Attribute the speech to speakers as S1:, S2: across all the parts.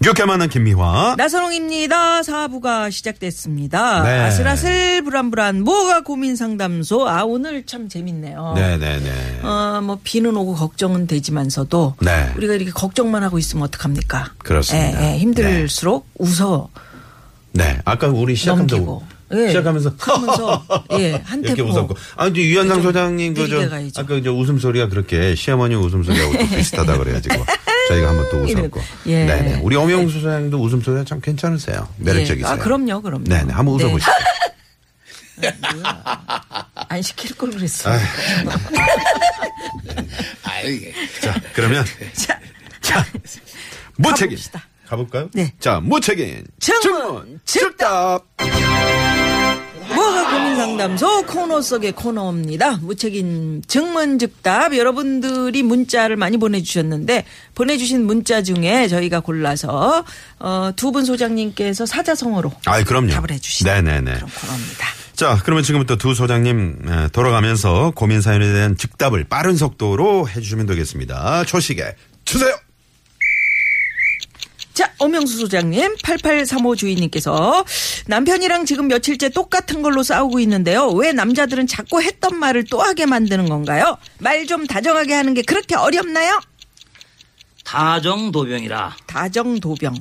S1: 이렇게 만난 김미화.
S2: 나선홍입니다. 사부가 시작됐습니다.
S1: 네.
S2: 아슬아슬 불안불안 뭐가 고민 상담소. 아 오늘 참 재밌네요.
S1: 네네네.
S2: 어뭐 비는 오고 걱정은 되지만서도
S1: 네.
S2: 우리가 이렇게 걱정만 하고 있으면 어떡합니까?
S1: 그렇습니다.
S2: 예, 예, 힘들수록 웃어
S1: 네. 아까 우리 시작하면서
S2: 넘기고 예,
S1: 시작하면서
S2: 하면서 예한
S1: 이렇게
S2: 테포
S1: 웃었고. 아, 이제 유현상
S2: 좀
S1: 소장님 그저
S2: 느리게 가야죠.
S1: 아까 이제 웃음소리가 그렇게 시어머니 웃음소리하고 또 비슷하다 그래요 지금. 저희가 한번 또 웃었고.
S2: 예.
S1: 네네. 우리 엄영수 소장님도 웃음소리가 참 괜찮으세요. 매력적이세요.
S2: 예. 아 그럼요, 그럼요.
S1: 네네. 한번
S2: 네. 아,
S1: 웃어보시죠.
S2: 안 시킬 걸
S1: 아,
S2: 그랬어.
S1: 자, 그러면
S2: 자,
S1: 자 무책임
S2: 가봅시다.
S1: 가볼까요?
S2: 네.
S1: 자, 무책임
S2: 증언,
S1: 즉답.
S2: 뭐가 고민 상담소 코너 속의 코너입니다. 무책임 증문즉답 여러분들이 문자를 많이 보내주셨는데 보내주신 문자 중에 저희가 골라서 어, 두 분 소장님께서 사자성어로
S1: 아이, 그럼요.
S2: 답을 해주시죠.
S1: 네네네.
S2: 그런 코너입니다.
S1: 자, 그러면 지금부터 두 소장님 에, 돌아가면서 고민 사연에 대한 즉답을 빠른 속도로 해주시면 되겠습니다. 초식에 주세요.
S2: 자, 엄영수 소장님, 8835 주인님께서 남편이랑 지금 며칠째 똑같은 걸로 싸우고 있는데요. 왜 남자들은 자꾸 했던 말을 또 하게 만드는 건가요? 말 좀 다정하게 하는 게 그렇게 어렵나요?
S3: 다정도병이라
S2: 다정도병.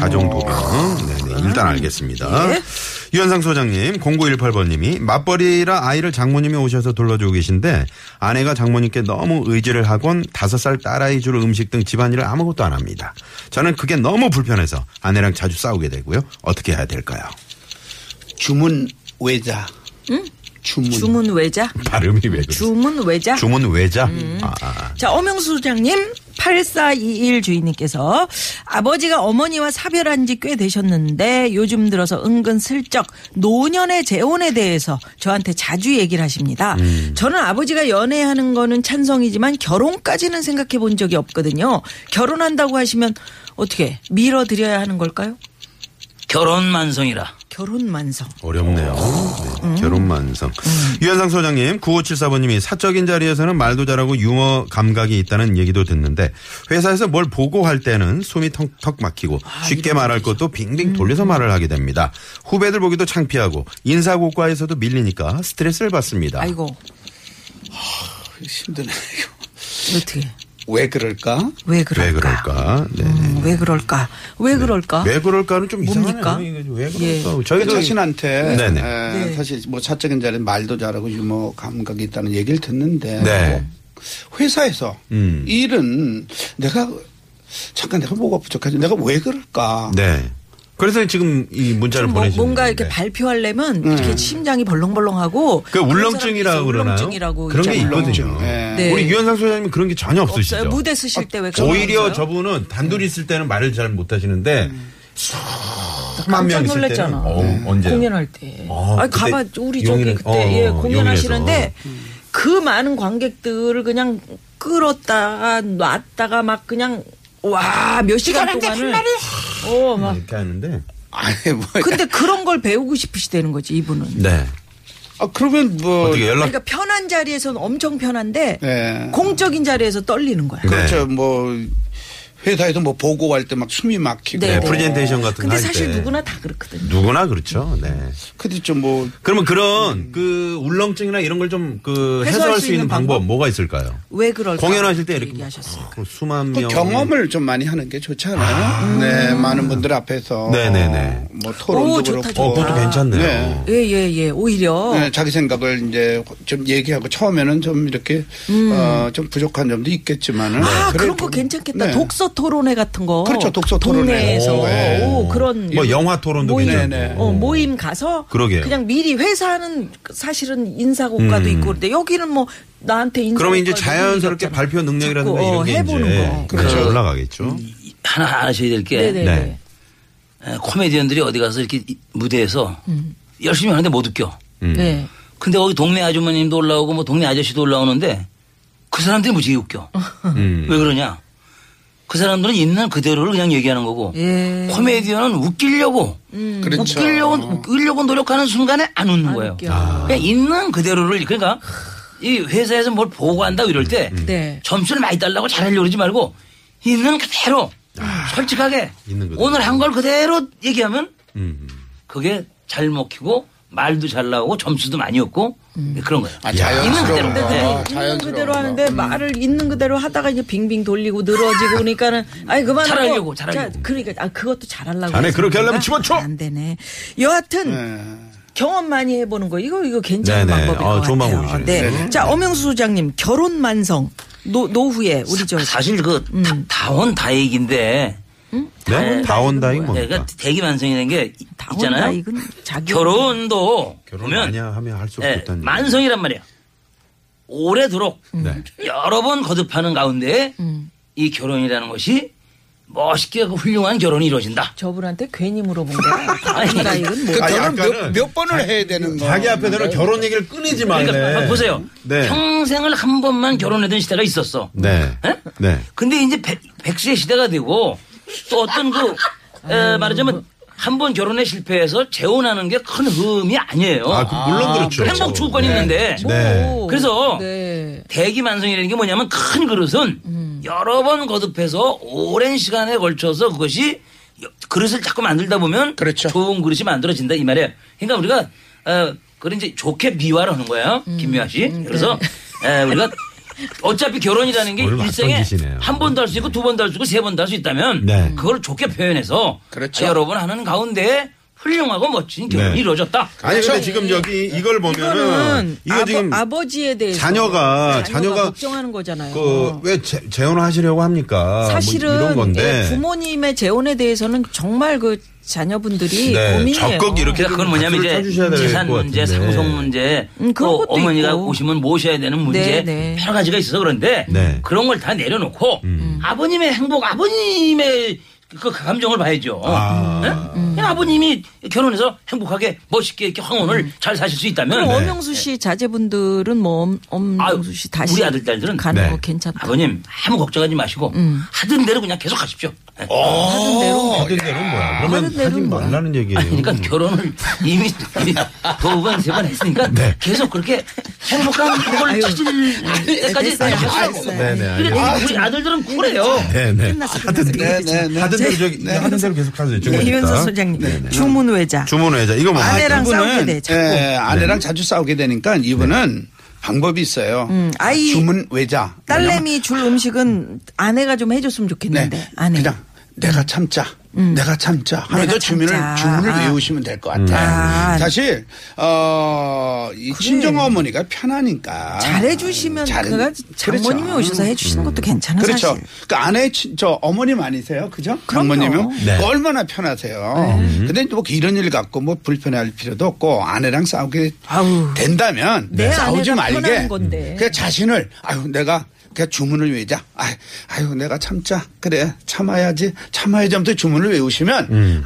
S1: 다정도병. 네네, 일단 알겠습니다.
S2: 예.
S1: 유현상 소장님, 0918번님이 맞벌이라 아이를 장모님이 오셔서 돌봐주고 계신데 아내가 장모님께 너무 의지를 하곤 5살 딸아이 줄 음식 등 집안일을 아무것도 안 합니다. 저는 그게 너무 불편해서 아내랑 자주 싸우게 되고요. 어떻게 해야 될까요?
S4: 주문 외자 주문
S2: 주문 외자?
S1: 발음이 왜 그러세요?
S2: 주문 외자?
S1: 주문 외자? 아, 아, 아.
S2: 자, 엄영수 소장님, 8421 주인님께서 아버지가 어머니와 사별한 지 꽤 되셨는데 요즘 들어서 은근 슬쩍 노년의 재혼에 대해서 저한테 자주 얘기를 하십니다. 저는 아버지가 연애하는 거는 찬성이지만 결혼까지는 생각해 본 적이 없거든요. 결혼한다고 하시면 어떻게 밀어드려야 하는 걸까요?
S3: 결혼만성이라
S2: 결혼 만성.
S1: 어렵네요. 네,
S2: 음.
S1: 결혼 만성. 유현상 소장님, 9574번님이 사적인 자리에서는 말도 잘하고 유머 감각이 있다는 얘기도 듣는데 회사에서 뭘 보고할 때는 숨이 턱턱 막히고
S2: 아,
S1: 쉽게 말할 것도 빙빙
S2: 음.
S1: 돌려서 말을 하게 됩니다. 후배들 보기도 창피하고 인사고과에서도 밀리니까 스트레스를 받습니다.
S2: 아이고,
S4: 힘드네 이거.
S2: 어떻게.
S4: 왜 그럴까
S2: 왜 그럴까?
S1: 왜 그럴까? 네.
S2: 음, 왜 그럴까? 왜 그럴까?
S1: 왜 그럴까는 좀
S2: 뭡니까?
S1: 이상하네요. 이거 왜
S2: 예.
S1: 그럴까?
S4: 그
S1: 저희도
S4: 자신한테
S1: 네네.
S4: 에,
S2: 네.
S4: 사실 뭐 사적인 자리 말도 잘하고 유머 감각이 있다는 얘기를 듣는데
S1: 네.
S4: 뭐 회사에서
S1: 음.
S4: 일은 내가 잠깐 내가 뭐가 부족하지 내가 왜 그럴까
S1: 네. 그래서 지금 이 문자를
S2: 좀 뭐-
S1: 보내시는
S2: 뭔가 이렇게
S1: 건데.
S2: 발표하려면 이렇게 심장이 벌렁벌렁하고
S1: 그 울렁증이라고
S2: 그런 사람들이 있어요.
S1: 그러나요?
S2: 울렁증이라고
S1: 그런 게
S2: 있잖아요.
S1: 있거든요.
S4: 네.
S2: 네.
S1: 우리 유현상 소장님 그런 게 전혀 없으시죠?
S2: 없어요. 무대 쓰실 때왜 네.
S1: 오히려 저분은 단둘이 있을 때는 말을 잘 못하시는데 수만 명
S2: 음. 깜짝
S1: 있을 때는
S2: 놀랐잖아. 네.
S1: 언제
S2: 공연할 때.
S1: 어,
S2: 아
S1: 그때
S2: 가봐 우리 저기
S1: 용인에-
S2: 그때
S1: 어,
S2: 예
S1: 어,
S2: 공연하시는데 그 많은 관객들을 그냥 끌었다가 놨다가 막 그냥 와 몇 시간 동안을 어막
S1: 이렇게 하는데
S4: 아니 뭐
S2: 근데 그런 걸 배우고 싶으시다는 거지 이분은.
S1: 네
S4: 아 그러면 뭐
S1: 어떻게 연락
S2: 그러니까 편한 자리에서는 엄청 편한데
S4: 네.
S2: 공적인 자리에서 떨리는 거야.
S4: 그렇죠
S1: 네.
S4: 뭐 회사에서 뭐 보고할 때 막 숨이 막히고
S1: 네, 프레젠테이션 같은
S2: 근데
S1: 거할
S2: 사실
S1: 때.
S2: 누구나 다 그렇거든요.
S1: 누구나 그렇죠. 네.
S4: 근데 좀뭐
S1: 그러면 그런 그 울렁증이나 이런 걸 좀 그
S2: 음. 해소할
S1: 해소할
S2: 수
S1: 수 있는
S2: 있는
S1: 방법,
S2: 방법.
S1: 뭐가 있을까요?
S2: 왜 그럴까?
S1: 공연하실 때 이렇게
S2: 얘기하셨어요.
S1: 어, 수만
S4: 그
S1: 명
S4: 경험을 좀 많이 하는 게 좋잖아요. 네, 많은 분들 앞에서
S1: 네네네.
S4: 뭐 토론도
S2: 오, 좋다,
S4: 그렇고
S1: 어
S2: 아.
S1: 그것도 괜찮네요.
S4: 네.
S2: 예, 예, 예. 오히려.
S4: 네, 자기 생각을 이제 좀 얘기하고 처음에는 좀 이렇게 어, 좀 부족한 점도 있겠지만은
S2: 아,
S4: 그래도-
S2: 그런 거 괜찮겠다.
S4: 네.
S2: 독서 토론회 같은 거.
S4: 그렇죠, 독서 토론회.
S2: 동네에서.
S4: 오, 네.
S2: 오, 그런.
S1: 뭐 영화 토론도 뭐
S2: 모임,
S1: 괜찮고.
S2: 어, 모임 가서.
S1: 그러게요. 음.
S2: 그냥 미리 회사는 사실은 인사고과도 있고 그런데 여기는 뭐 나한테 인사.
S1: 그러면 이제 자연스럽게 발표 능력이라든가 이런 게
S2: 어, 해보는
S1: 이제
S2: 거. 음.
S1: 그렇죠.
S4: 그렇죠.
S1: 올라가겠죠.
S3: 하나 아셔야 될 게
S2: 네네.
S1: 네.
S3: 코미디언들이 어디 가서 이렇게 이- 무대에서
S2: 음.
S3: 열심히 하는데 못 웃겨.
S1: 음.
S2: 네.
S3: 근데 거기 동네 아주머님도 올라오고 뭐 동네 아저씨도 올라오는데 그 사람들이 무지개 웃겨.
S1: 음.
S3: 왜 그러냐? 그 사람들은 있는 그대로를 그냥 얘기하는 거고
S2: 예.
S3: 코미디언은 웃기려고
S2: 음.
S4: 그렇죠.
S3: 웃기려고 웃기려고 노력하는 순간에 안 웃는 거예요.
S2: 웃겨.
S3: 그냥 있는 그대로를 그러니까 이 회사에서 뭘 보고한다 고 이럴 때
S4: 음.
S2: 네.
S3: 점수를 많이 달라고 잘하려고 그러지 말고 있는 그대로 솔직하게
S1: 아, 있는 그대로.
S3: 오늘 한 걸 그대로 얘기하면
S1: 음.
S3: 그게 잘 먹히고 말도 잘 나오고 점수도 많이 얻고 네, 그런 거예요.
S4: 아, 자연스러운
S3: 있는 그대로.
S4: 거.
S3: 네.
S4: 아,
S2: 있는
S4: 자연스러운
S2: 음. 그대로
S4: 거.
S2: 하는데 말을 있는 그대로 하다가 이제 빙빙 돌리고 늘어지고 그러니까는 아니 그만
S3: 잘하려고, 잘하려고.
S2: 그러니까 아 그것도 잘하려고
S1: 자네 그렇게 하려면
S2: 했으니까
S1: 집어쳐!
S2: 안 되네 여하튼
S4: 네.
S2: 경험 많이 해보는 거 이거 이거 괜찮은
S1: 네네.
S2: 방법인
S1: 어,
S2: 것
S1: 좋은
S2: 같아요
S1: 방법이죠.
S2: 네.
S1: 네.
S2: 자 엄영수 소장님 결혼 만성 노, 노후에 우리 저
S3: 사실 그
S2: 음.
S3: 다, 원 다익인데
S1: 네? 다온다잉
S3: 네,
S1: 뭡니까?
S3: 그러니까 대기만성이라는 게 이-
S2: 다온다,
S3: 있잖아요.
S2: 이건 자기
S3: 결혼도
S1: 결혼
S3: 보면
S1: 많이 하면 할수
S3: 예,
S1: 없다는 얘기.
S3: 만성이란 말이야. 오래도록
S1: 네.
S3: 여러 번 거듭하는 가운데 이 결혼이라는 것이 멋있게 그 훌륭한 결혼이 이루어진다.
S2: 저분한테 괜히 물어본 거야
S3: 아니,
S2: 나 이건 뭐
S4: 그
S1: 아니,
S4: 결혼
S1: 아까는
S4: 몇, 몇 번을 해야 되는 거.
S1: 자기 앞에 대로 결혼 얘기를 끊이지 말래.
S3: 네. 그러니까 한번 보세요.
S1: 네.
S3: 평생을 한 번만 결혼하던 시대가 있었어.
S1: 네.
S3: 예?
S1: 네.
S3: 근데 이제 백, 세의 시대가 되고 또 어떤 그 에, 말하자면 한 번 결혼에 실패해서 재혼하는 게 큰 흠이 어. 아니에요.
S1: 아, 그 물론 그렇죠.
S3: 행복 조건이 있는데
S1: 네.
S3: 그래서
S2: 네.
S3: 대기만성이라는 게 뭐냐면 큰 그릇은 여러 번 거듭해서 오랜 시간에 걸쳐서 그것이 여- 그릇을 자꾸 만들다 보면
S4: 그렇죠.
S3: 좋은 그릇이 만들어진다 이 말이에요. 그러니까 우리가 어, 그런 이제 좋게 미화를 하는 거예요. 김미화 씨. 그래서 에, 우리가 어차피 결혼이라는 게
S1: 오늘 맞선
S3: 일생에
S1: 짓이네요.
S3: 한 번도 할 수 있고 두 번도 할 수 있고 세 번도 할 수 있다면
S1: 네.
S3: 그걸 좋게 표현해서
S4: 그렇죠.
S3: 여러 번 하는 가운데 훌륭하고 멋진 결혼이
S1: 네.
S3: 이루어졌다.
S1: 아니 근데 지금 여기
S3: 네.
S1: 이걸 보면은
S2: 이거는
S1: 이거
S2: 아버,
S1: 지금
S2: 아버지에 대해서
S1: 자녀가- 자녀가
S2: 걱정하는 거잖아요.
S1: 그왜 재혼을 하시려고 합니까?
S2: 사실은
S1: 뭐 이런 건데
S2: 예, 부모님의 재혼에 대해서는 정말 그 자녀분들이
S1: 네,
S2: 고민이에요.
S1: 적극 이렇게
S3: 그러니까 그건 뭐냐면
S1: 박수를 쳐주셔야
S3: 이제
S1: 될것
S3: 재산 문제,
S1: 같은데.
S3: 상속 문제,
S2: 음, 그런
S3: 또
S2: 것도
S3: 어머니가
S2: 있고.
S3: 오시면 모셔야 되는 문제
S2: 네, 네.
S3: 여러 가지가 있어서 그런데
S1: 네. 음.
S3: 그런 걸 다 내려놓고 아버님의 행복, 아버님의 그 감정을 봐야죠.
S1: 아.
S3: 아.
S2: 음.
S3: 버님이 결혼해서 행복하게 멋있게 이렇게 황혼을 잘 사실 수 있다면
S2: 음. 그럼 엄영수 씨 자제분들은 뭐 엄-
S3: 아유,
S2: 엄영수 씨 다시
S3: 우리 아들, 딸들은
S2: 가는
S1: 네.
S2: 거 괜찮다. 음.
S3: 아버님 아무 걱정하지 마시고 하던 대로 그냥 계속 하십시오. 네.
S2: 하던 대로
S1: 하던 대로는 뭐야? 그러면
S2: 하던 대로는
S1: 하지
S2: 뭐야?
S1: 말라는 얘기예요. 음.
S3: 아니, 그러니까 결혼을 이미 두번 세 번 했으니까
S1: 네.
S3: 계속 그렇게 행복한 그걸 찾을 때까지
S2: 됐어요.
S3: 하시라고.
S2: 됐어요.
S1: 네네.
S3: 그래,
S1: 알겠습니다.
S3: 우리 우리 아들들은 음. 쿨해요.
S1: 네네.
S3: 그
S1: 하던
S4: 네, 네, 네.
S1: 하던 대로 저기 하던 대로 계속 하세요. 지금
S2: 네,
S1: 일단.
S2: 이현수 소장님 주문 외자
S1: 주문 외자 이거 뭐
S2: 아내랑
S1: 할까요?
S2: 싸우게 돼. 자꾸.
S4: 예, 아내랑 자주 싸우게 되니까 이분은
S1: 네.
S4: 방법이 있어요.
S2: 음, 아이-
S4: 주문 외자.
S2: 딸내미 줄 음식은 아내가 좀 해줬으면
S4: 네.
S2: 좋겠는데 아내.
S4: 그냥 내가 참자. 내가 참자 하면서
S2: 음. 내가
S4: 주문을
S2: 참자.
S4: 주문을
S2: 아.
S4: 외우시면 될 것 같아요.
S2: 아.
S4: 사실 어이 친정 어머니가 편하니까
S2: 잘해주시면
S4: 아, 잘-
S2: 그가 장모님이
S4: 그렇죠.
S2: 오셔서 해주시는 것도 괜찮아
S4: 그렇죠.
S2: 사실.
S4: 그 아내 친- 저 어머님 아니세요, 그죠?
S2: 그럼요. 네.
S4: 장모님은
S1: 네.
S4: 얼마나 편하세요. 근데 뭐 이런 일 갖고 뭐 불편할 필요도 없고 아내랑 싸우게
S2: 아우.
S4: 된다면
S2: 내
S4: 싸우지
S2: 아내가
S4: 말게. 음.
S2: 편한 건데.
S4: 그냥 자신을 아유 내가 그냥 주문을 외자. 아유, 아유 내가 참자. 그래 참아야지. 참아야지 하면서 주문을 외우시면
S2: 음.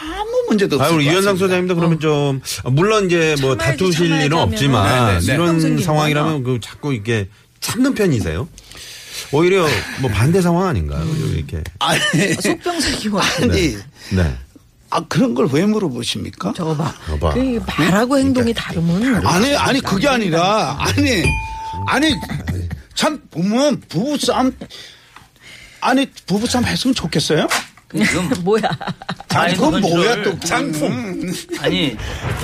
S4: 아무 문제도 없을
S1: 아, 우리
S4: 것
S1: 유현상
S4: 같습니다.
S1: 소장님도 그러면 좀 아, 물론 이제 뭐
S2: 참아야지,
S1: 다투실
S2: 참아야지
S1: 일은
S2: 하면
S1: 없지만
S4: 네, 네, 네.
S1: 이런
S2: 평생이니까요.
S1: 상황이라면 그 자꾸 이게 참는 편이세요? 오히려 뭐 반대 상황 아닌가요?
S2: 음.
S1: 이렇게
S4: 아니,
S2: 속병사기와
S4: 아니
S1: 네.
S4: 아 그런 걸 왜 물어보십니까?
S2: 저거 봐.
S1: 저거 봐.
S2: 그 말하고 행동이 다르면
S4: 아니 아니 그게 아니라 아니 아니 참 보면 부부 싸움 아니 부부 싸움 했으면 좋겠어요?
S3: 지금
S2: 뭐야?
S4: 아니
S3: 아이고,
S4: 그건 뭐야
S3: 그건
S4: 또
S1: 상품.
S4: 음.
S3: 아니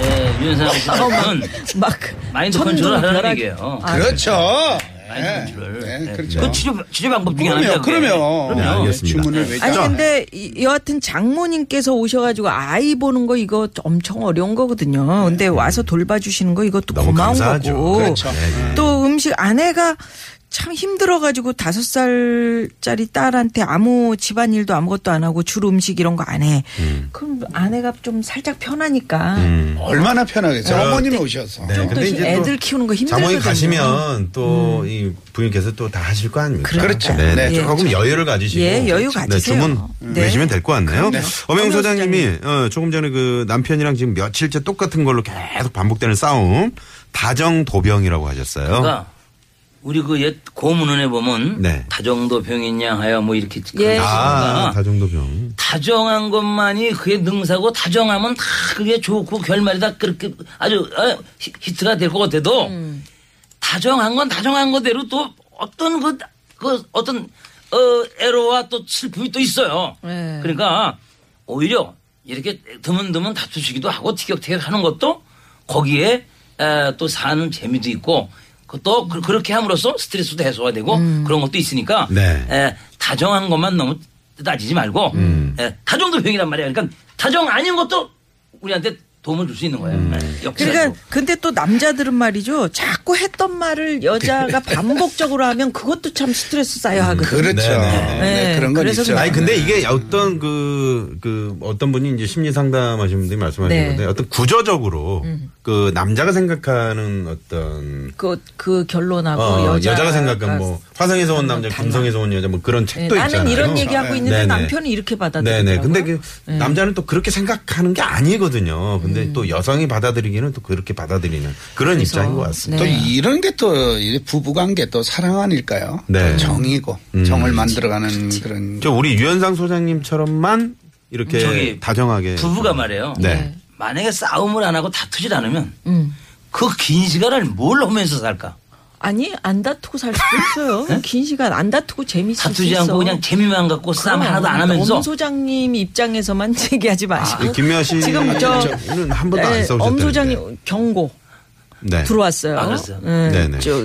S3: 예, 윤상 씨는
S1: 네.
S2: 막
S3: 마인드
S2: 천둥
S3: 컨트롤 하라는
S2: 벼락. 아,
S3: 얘기예요.
S4: 그렇죠.
S3: 마인드 컨트롤.
S4: 네,
S3: 네.
S4: 그렇죠.
S3: 그 치료 치료 방법 중에 하나입니다.
S4: 그러면 그러면
S1: 네, 알겠습니다.
S4: 주문을 외자.
S3: 그렇죠.
S2: 아니 근데 이- 여하튼 장모님께서 오셔가지고 아이 보는 거 이거 엄청 어려운 거거든요. 근데 와서 돌봐주시는 거 이것도
S1: 네. 너무
S2: 고마운
S1: 감사하죠.
S2: 거고
S1: 그렇죠. 네, 네.
S2: 또 음식 아내가 참 힘들어가지고 다섯 살짜리 딸한테 아무 집안일도 아무것도 안 하고 줄 음식 이런 거 안 해. 그럼 아내가 좀 살짝 편하니까.
S1: 음.
S4: 얼마나 편하겠어요. 어머님이 오셔서.
S1: 네.
S2: 좀 또
S1: 근데 이제
S2: 애들
S1: 또
S2: 키우는 거 힘들거든요.
S1: 자몽이 가시면 또 이 부인께서 또 다 하실 거 아닙니까?
S4: 그렇죠.
S1: 네,
S4: 네.
S1: 조금 여유를 가지시고.
S2: 예, 여유 가지세요.
S1: 네, 주문
S2: 네.
S1: 내시면 될 것 같네요.
S2: 그럼요.
S1: 엄영 소장님이 어, 조금 전에 그 남편이랑 지금 며칠째 똑같은 걸로 계속 반복되는 싸움 다정 도병이라고 하셨어요.
S3: 그러니까 우리 그 옛 고문원에 보면
S1: 네.
S3: 다정도 병이냐 하여 뭐 이렇게
S2: 예.
S1: 아,
S3: 다,
S1: 다정 도병.
S3: 다정한 것만이 그게 능사고 다정하면 다 그게 좋고 결말이 다 그렇게 아주 어, 히- 히트가 될 것 같아도 다정한 건 다정한 거대로 또 어떤 그, 그 어떤 어, 애로와 또 슬픔이 또 있어요.
S2: 네.
S3: 그러니까 오히려 이렇게 드문드문 다투시기도 하고 티격태격 하는 것도 거기에 에, 또 사는 재미도 있고 또 그렇게 함으로써 스트레스도 해소가 되고 그런 것도 있으니까
S1: 네.
S3: 에, 다정한 것만 너무 따지지 말고
S1: 음.
S3: 에, 다정도 병이란 말이야. 그러니까 다정 아닌 것도 우리한테 도움을 줄 수 있는 거예요.
S1: 음.
S3: 역시
S2: 그러니까 근데 또 남자들은 말이죠. 자꾸 했던 말을 여자가 반복적으로 하면 그것도 참 스트레스 쌓여 하거든요.
S4: 그렇죠.
S1: 네,
S4: 네,
S1: 네.
S2: 네,
S4: 그런 건
S2: 그래서
S4: 있죠.
S1: 아니 근데 이게 어떤 그, 그 어떤 분이 이제 심리 상담하시는 분들이 말씀하시는
S2: 네.
S1: 건데 어떤 구조적으로 그 남자가 생각하는 어떤
S2: 그, 그 결론하고
S1: 어,
S2: 여자 음,
S1: 여자가 생각한 뭐 화성에서 온 남자,
S2: 달라. 네,
S1: 금성에서 온 여자 뭐 그런 책도
S2: 나는
S1: 있잖아요.
S2: 이런 얘기하고 있는데
S1: 네네.
S2: 남편은 이렇게 받아들이더라고요. 음.
S1: 네네. 근데 그 남자는 또 그렇게 생각하는 게 아니거든요. 근데 또 여성이 받아들이기는 또 그렇게 받아들이는 그런 입장인 것 같습니다.
S4: 또
S2: 네.
S4: 이런 게 또 부부관계 또 사랑 아닐까요?
S1: 네.
S4: 또 정이고 정을 만들어가는
S2: 네.
S4: 그런
S1: 저 우리 유현상 소장님처럼만 이렇게
S3: 저기
S1: 다정하게
S3: 부부가 말이에요.
S1: 네.
S3: 만약에 싸움을 안 하고 다투질 않으면
S2: 음.
S3: 그 긴 시간을 뭘 하면서 살까?
S2: 아니 안 다투고 살 수도
S1: 네?
S2: 있어요. 긴 시간 안 다투고 재밌을 수
S3: 다투지
S2: 있어.
S3: 않고 그냥 재미만 갖고 싸움 하나도 안 하면서
S2: 엄 소장님 입장에서만 얘기하지 마시고.
S1: 김미아 씨는
S2: 지금 저- 네,
S1: 한 번도 안 싸우셨다는데.
S2: 엄 소장님 경고
S1: 네.
S2: 들어왔어요.
S3: 아, 그랬어요?
S2: 예,
S1: 네네.
S2: 저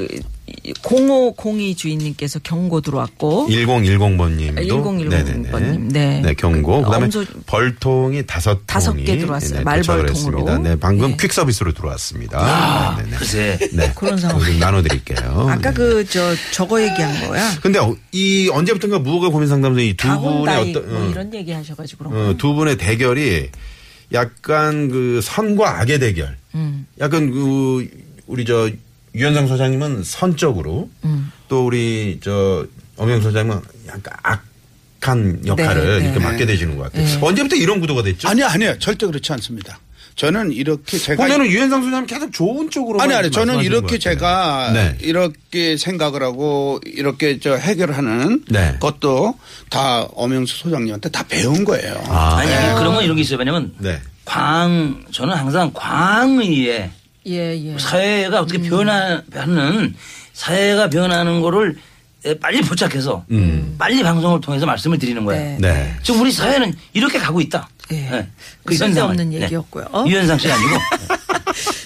S2: 0502 주인님께서 경고 들어왔고
S1: 1010번님도
S2: 1010 번님, 네.
S1: 네 경고. 그다음에
S2: 엄소-
S1: 벌통이 다섯
S2: 다섯 개
S1: 통이,
S2: 들어왔어요.
S1: 네,
S2: 말벌통으로.
S1: 도착을 했습니다. 네 방금
S2: 네. 아,
S1: 퀵 서비스로 들어왔습니다. 네네네.
S3: 글쎄
S1: 네.
S2: 그런 상황.
S1: 그거 좀 나눠드릴게요.
S2: 아까
S1: 네.
S2: 그 저 저거 얘기한 거야.
S1: 근데 어, 이 언제부턴가 무허가 고민 상담소 이 두 분의
S2: 다혼다이
S1: 어떤
S2: 뭐
S1: 어,
S2: 이런 얘기 하셔가지고 그런
S1: 어, 두 분의 대결이 약간 그 선과 악의 대결.
S2: 음.
S1: 약간 그 우리 저 유현상 소장님은 선 쪽으로
S2: 음.
S1: 또 우리 저 엄영 소장님은 약간 악한 역할을
S2: 네, 네.
S1: 이렇게 맡게 되시는 것 같아요. 언제부터 이런 구도가 됐죠?
S4: 아니요, 아니요. 절대 그렇지 않습니다. 저는 이렇게 제가
S1: 보면은 유현상 소장님 계속 좋은 쪽으로
S4: 아니 아니 저는 이렇게 제가
S1: 네.
S4: 이렇게 생각을 하고 이렇게 저 해결하는
S1: 네.
S4: 것도 다 엄영수 소장님한테 다 배운 거예요.
S1: 아,
S3: 아니 그런 건 이런 게 있어요. 왜냐면
S1: 네.
S3: 광 저는 항상 광의에
S2: 예예. 음.
S3: 사회가 어떻게 변하는 사회가 변하는 거를 에, 빨리 포착해서 빨리 방송을 통해서 말씀을 드리는
S2: 네.
S3: 거예요.
S1: 네.
S3: 지금 우리 사회는 이렇게 가고 있다.
S2: 예.
S3: 예.
S2: 쓸데없는
S3: 현상을. 네.
S2: 얘기였고요. 어?
S3: 유현상 씨 아니고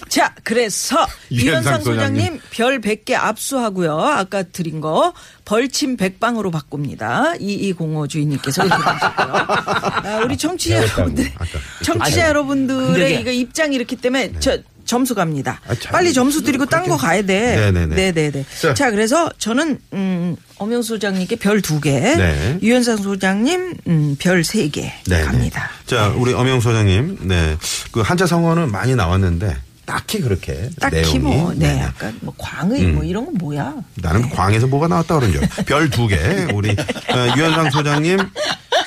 S2: 자, 그래서
S1: 이현상
S2: 이현상
S1: 소장님.
S2: 소장님 별 100개 압수하고요. 아까 드린 거 벌침 100방으로 바꿉니다. 2205 주인님께서 이렇게 하셨고요. 아, 우리 청취자
S1: 배웠다고,
S4: 네.
S2: 여러분들,
S1: 아까. 네.
S2: 청취자
S3: 아니, 근데
S2: 여러분들의
S3: 이게-
S2: 이거 입장이 이렇게 때문에 저 점수 갑니다.
S1: 아, 참,
S2: 빨리 점수 드리고 딴 거 가야 돼.
S1: 네네네.
S2: 네네네.
S1: 자.
S2: 자, 그래서 저는 음, 엄영 소장님께 별 2개,
S1: 네.
S2: 유현상 소장님 음, 별 3개
S1: 네,
S2: 갑니다.
S1: 네. 자, 우리 엄영 소장님, 네. 그 한자 성어는 많이 나왔는데 딱히 그렇게
S2: 딱히
S1: 내용이
S2: 뭐, 네,
S1: 네, 음. 네.
S2: 약간 뭐 광의 뭐 이런 건 뭐야?
S1: 나는 그 광에서 뭐가 나왔다 그런 줄. 별 두 개. 우리 어, 유현상 소장님.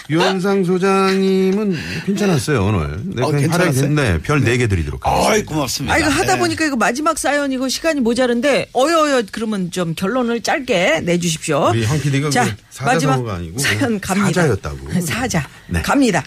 S1: 유현상 소장님은 괜찮았어요 오늘. 네,
S4: 어, 괜찮았어요?
S1: 네, 별 네 개 드리도록 하겠습니다.
S4: 아이 고맙습니다.
S2: 아 이거 하다
S4: 네.
S2: 보니까 이거 마지막 사연이고 시간이 모자른데 어여여 그러면 좀 결론을 짧게 내주십시오.
S1: 우리 황 PD가 그 사자 성어가 아니고
S2: 사연 갑니다.
S1: 사자였다고.
S2: 사자
S1: 네.
S2: 갑니다.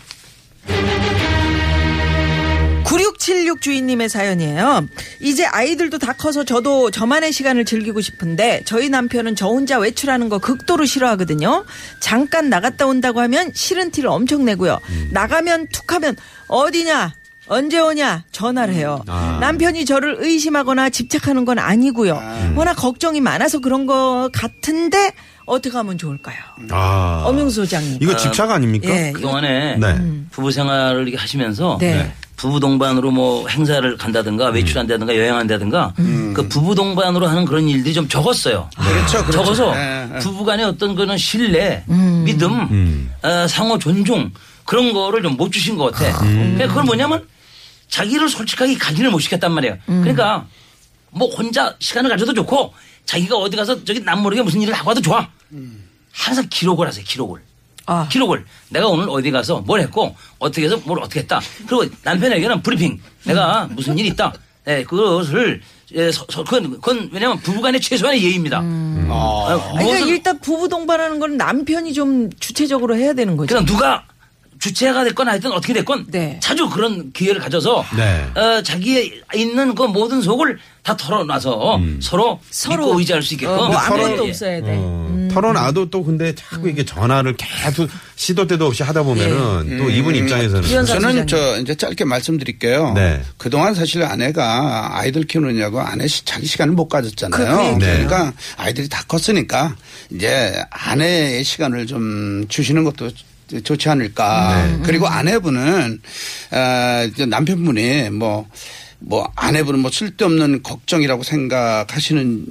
S2: 9676 주인님의 사연이에요. 이제 아이들도 다 커서 저도 저만의 시간을 즐기고 싶은데 저희 남편은 저 혼자 외출하는 거 극도로 싫어하거든요. 잠깐 나갔다 온다고 하면 싫은 티를 엄청 내고요.
S1: 음.
S2: 나가면 툭 하면 어디냐? 언제 오냐 전화를 해요.
S1: 음. 아.
S2: 남편이 저를 의심하거나 집착하는 건 아니고요. 음. 워낙 걱정이 많아서 그런 것 같은데 어떻게 하면 좋을까요?
S1: 아,
S2: 엄영 소장님.
S1: 이거 집착 아닙니까?
S2: 예.
S3: 그동안에
S1: 네.
S3: 음. 부부 생활을 이렇게 하시면서
S2: 네.
S3: 부부 동반으로 뭐 행사를 간다든가 외출한다든가 여행한다든가 그 부부 동반으로 하는 그런 일들이 좀 적었어요.
S4: 음. 그렇죠, 그렇죠.
S3: 적어서
S4: 예, 예.
S3: 부부간의 어떤 그런 신뢰, 믿음, 어, 상호 존중 그런 거를 좀 못 주신 것 같아.
S4: 음.
S3: 그러니까 그건 뭐냐면 자기를 솔직하게 각인을 못 시켰단 말이에요. 그러니까 뭐 혼자 시간을 가져도 좋고 자기가 어디 가서 저기 남 모르게 무슨 일을 하고 와도 좋아.
S4: 음.
S3: 항상 기록을 하세요. 기록을.
S2: 아.
S3: 기록을 내가 오늘 어디 가서 뭘 했고 어떻게 해서 뭘 어떻게 했다 그리고 남편에게는 브리핑 내가 무슨 일이 있다 예, 그것을 예, 서- 서- 그건, 그건 왜냐면 부부간의 최소한의 예의입니다
S4: 아.
S3: 어,
S2: 음. 아니, 그러니까
S3: 무엇을-
S2: 일단 부부 동반하는 건 남편이 좀 주체적으로 해야 되는 거죠.
S3: 그냥 누가 주체가 됐건 하여튼 어떻게 됐건
S2: 네.
S3: 자주 그런 기회를 가져서
S1: 네.
S3: 어, 자기의 있는 그 모든 속을 다 털어놔서 서로 서로 믿고 의지할 수 있게끔
S2: 어, 뭐
S1: 서로-
S2: 아무것도
S3: 예, 예.
S2: 없어야 돼.
S1: 어, 털어놔도 또 근데 자꾸 이게 전화를 계속 시도 때도 없이 하다
S2: 예.
S1: 보면은 또 이분
S2: 음.
S1: 입장에서는
S2: 이현상
S4: 저는
S2: 소장님.
S4: 저 이제 짧게 말씀드릴게요.
S1: 네.
S4: 그동안 사실 아내가 아이들 키우느냐고 아내 시- 자기 시간을 못 가졌잖아요.
S2: 그-
S1: 네.
S4: 그러니까 아이들이 다 컸으니까 이제 아내의 시간을 좀 주시는 것도 좋지 않을까. 그리고 아내분은 어, 이제 남편분이 뭐 뭐 아내분은 뭐 쓸데없는 걱정이라고 생각하시는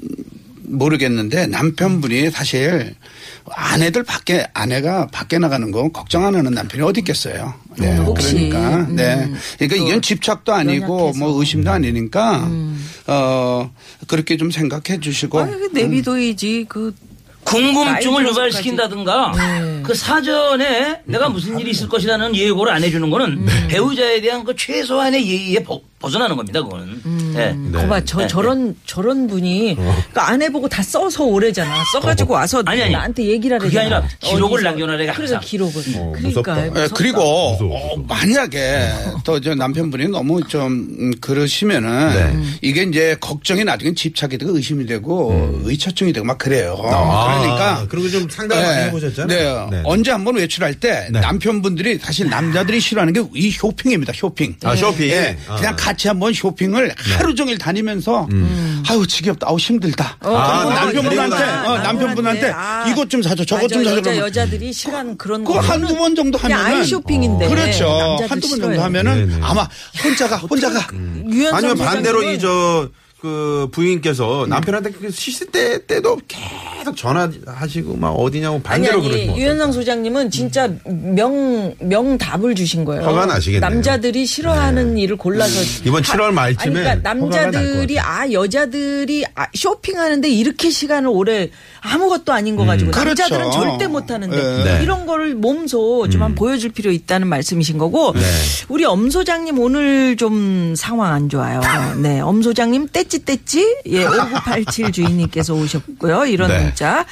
S4: 모르겠는데 남편분이 사실 아내들 밖에 아내가 밖에 나가는 거 걱정 안 하는 남편이 어디 있겠어요. 네, 그러니까 네, 그러니까 이건 집착도 아니고 뭐 의심도 아니니까 어 그렇게 좀 생각해 주시고
S2: 아니, 그 내비둬야지. 그
S3: 궁금증을
S2: 나이
S3: 유발시킨다든가 그 사전에 내가 무슨 일이 있을 것이라는 예고를 안 해주는 거는 배우자에 대한 그 최소한의 예의에 버- 벗어나는 겁니다. 그거는. 예.
S1: 네. 어.
S2: 거봐 저 저런 저런 분이 그안 해보고 다 써서 오래잖아 써가지고 와서
S3: 아니, 아니.
S2: 나한테 얘기를 하래
S3: 그게 아니라 기록을 남겨놔라,
S2: 그래서
S3: 항상.
S2: 기록을
S1: 어,
S2: 그러니까
S1: 무섭다.
S4: 예,
S2: 무섭다.
S4: 그리고
S1: 무서워,
S4: 어,
S1: 무서워. 어.
S4: 만약에 또 저 남편분이 너무 좀 음, 그러시면은
S1: 네.
S4: 이게 이제 걱정이 나중에 집착이 되고 의심이 되고 의처증이 되고 막 그래요. 그러니까
S1: 음. 아, 그리고 좀 상담 많이 해보셨잖아요.
S4: 네.
S1: 네.
S4: 언제 한번 외출할 때
S1: 네.
S4: 남편분들이 사실 남자들이 싫어하는 게 이 쇼핑입니다. 쇼핑.
S1: 아, 쇼핑.
S4: 예.
S1: 아. 네.
S4: 그냥 같이 한번 쇼핑을 하루 종일 다니면서
S1: 음.
S4: 아유 지겹다. 아우 힘들다.
S2: 어,
S1: 아,
S4: 그리고 남편분한테
S1: 데리고
S4: 어, 남편분한테 이것 좀 사줘. 저것 좀 사줘.
S2: 아. 여자,
S4: 그러면
S2: 여자들이 싫어하는 그런
S4: 그거
S2: 거는
S4: 한두 번 정도
S2: 그냥
S4: 하면은
S2: 아이 쇼핑인데
S4: 그렇죠.
S2: 어, 남자들
S4: 한두 번 정도
S2: 싫어해요.
S4: 하면은
S1: 네네.
S4: 아마 혼자가 혼자가
S2: 유연성
S1: 아니면 반대로
S2: 소장님은 음.
S1: 이 저 그 부인께서 남편한테 그 씻을 때 때도 계속 전화하시고 막 어디냐고
S2: 아니
S1: 반대로 그러시면
S2: 아니
S1: 어떨까요?
S2: 유현상 소장님은 진짜 명 명답을 주신 거예요.
S1: 화가 나시겠네요. 네.
S2: 남자들이 싫어하는 일을 골라서
S1: 이번 7월 말쯤에
S2: 아니, 그러니까
S1: 화가 날것
S2: 남자들이 아 여자들이 아, 쇼핑하는데 이렇게 시간을 오래 아무것도 아닌
S1: 음.
S2: 거 가지고
S4: 그렇죠.
S2: 남자들은 절대 못 하는데
S4: 예.
S1: 네.
S2: 이런 거를 몸소
S1: 음.
S2: 좀 한번 보여줄 필요 있다는 말씀이신 거고
S1: 네.
S2: 우리 엄 소장님 오늘 좀 상황 안 좋아요. 네, 엄 소장님 떼찌 떼찌 예 5987 주인님께서 오셨고요. 이런
S1: 네.
S2: 문자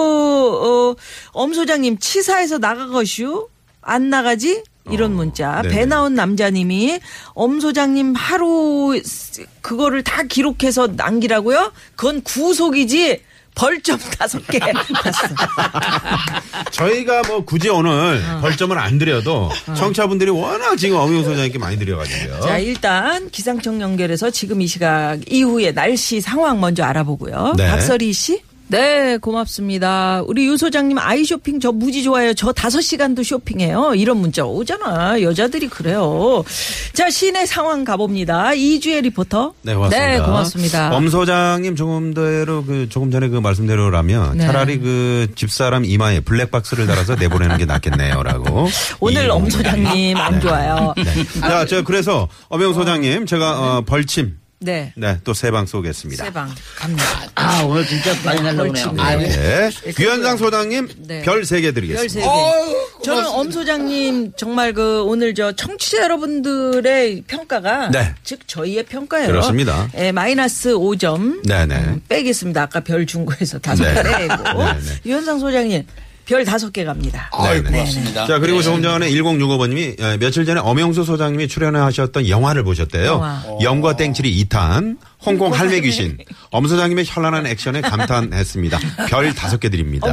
S2: 또 어, 엄 소장님 치사해서 나가거슈 안 나가지
S1: 어.
S2: 이런 문자
S1: 네네.
S2: 아, 배 나온 남자님이 엄 소장님 하루 쓰- 그거를 다 기록해서 남기라고요? 그건 구속이지. 벌점 다섯 개 났어. 아,
S1: 저희가 뭐 굳이 오늘
S2: 어.
S1: 벌점을 안 드려도 청취자분들이 워낙 지금 엄용 소장님께 많이 드려가지고요.
S2: 자, 일단 기상청 연결해서 지금 이 시각 이후에 날씨 상황 먼저 알아보고요.
S1: 네.
S2: 박설희 씨. 네, 고맙습니다. 우리 유 소장님 아이 쇼핑 저 무지 좋아요. 저 다섯 시간도 쇼핑해요. 이런 문자 오잖아. 여자들이 그래요. 자, 시내 상황 가봅니다. 이주혜 리포터.
S1: 네, 고맙습니다.
S2: 네, 고맙습니다.
S1: 엄 소장님 조금 대로 그 조금 전에 그 말씀대로라면
S2: 네.
S1: 차라리 그 집사람 이마에 블랙박스를 달아서 내보내는 게 낫겠네요라고.
S2: 오늘 엄 소장님 안
S1: 네.
S2: 좋아요. 어.
S1: 자, 저 그래서 엄영 소장님 제가 어, 벌침
S2: 네.
S1: 네, 또 세 방 쏘겠습니다.
S2: 세방 갑니다.
S3: 아, 오늘 진짜 많이 날라고 그네요.
S2: 벌칙이네.
S3: 아,
S1: 네.
S2: 네.
S1: 유현상 소장님
S2: 네.
S1: 별 세 개 드리겠습니다.
S2: 13개. 저는 엄 소장님 정말 그 오늘 저 청취자 여러분들의 평가가
S1: 네.
S2: 즉 저희의 평가예요.
S1: 그렇습니다.
S2: 예, 마이너스 5점 음,
S1: 네네.
S2: 빼겠습니다. 아까 별 준 거에서 다섯
S1: 네.
S2: 개 빼고
S1: 네, 네.
S2: 유현상 소장님 별 다섯 개 갑니다.
S4: 아이
S1: 네네.
S4: 고맙습니다.
S1: 자, 그리고 조금 전에 1065번님이 예, 며칠 전에 엄영수 소장님이 출연하셨던 영화를 보셨대요.
S2: 영화.
S1: 영과 땡칠이 2탄, 홍콩 할매 귀신. 엄 소장님의 현란한 액션에 감탄했습니다. 별 다섯 개 드립니다.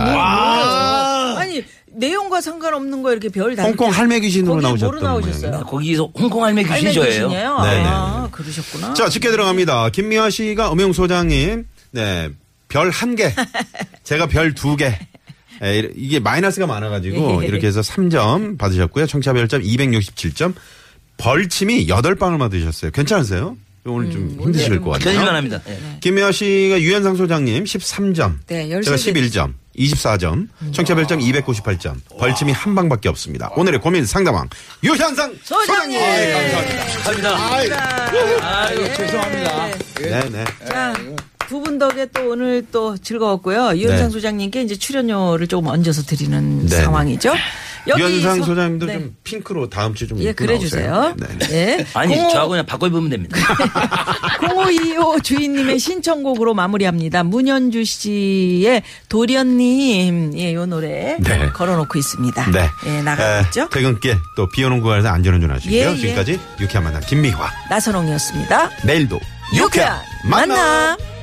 S2: 아니 내용과 상관없는 거 이렇게 별 다섯 개.
S1: 홍콩 할매 귀신으로
S2: 뭐, 거기
S1: 나오셨던
S2: 뭐로 나오셨어요?
S1: 모양이네요.
S3: 아, 거기서 홍콩 할매 귀신 저예요.
S2: 귀신이에요?
S1: 네,
S2: 아, 그러셨구나.
S1: 자, 집게 들어갑니다. 김미화 씨가 엄영 소장님, 네, 별 한 개. 제가 별 두 개. 에, 이래- 이게 마이너스가 많아가지고
S2: 예.
S1: 이렇게 해서 3점 받으셨고요. 청차 별점 267점. 벌침이 8방을 받으셨어요. 괜찮으세요? 오늘 좀 힘드실 것 같아요.
S3: 견실만 합니다. 예.
S1: 김혜아 씨가 유현상 소장님 13점.
S2: 네,
S1: 제가
S2: 13
S1: 11점. 24점. 청취별점 298점. 벌침이 한 방밖에 없습니다. 오늘의 고민 상담왕 유현상 소장님.
S2: 소장님.
S1: 네, 감사합니다.
S3: 감사합니다.
S4: 아이,
S3: 아유,
S2: 예.
S4: 죄송합니다.
S1: 네, 네.
S2: 자, 두 분 덕에 또 오늘 또 즐거웠고요. 유현상
S1: 네.
S2: 소장님께 이제 출연료를 조금 얹어서 드리는
S1: 네.
S2: 상황이죠.
S1: 유현상
S2: 여기서-
S1: 소장님도
S2: 네.
S1: 좀 핑크로 다음 주에 좀
S2: 예,
S1: 입고
S2: 그래
S1: 나오세요.
S2: 주세요.
S1: 네.
S2: 예.
S3: 아니,
S2: 공호-
S3: 저하고 그냥 바꿔 입으면 됩니다.
S2: 0525 주인님의 신청곡으로 마무리합니다. 문현주 씨의 도련님, 예, 요 노래
S1: 네.
S2: 걸어놓고 있습니다.
S1: 네.
S2: 예, 나가고
S1: 에,
S2: 있죠.
S1: 퇴근길 또 비오는 구간에서 안전운전 하시고요.
S2: 예, 예.
S1: 지금까지 유쾌한 만남 김미화.
S2: 나선홍이었습니다.
S1: 내일도
S2: 유쾌한 만남.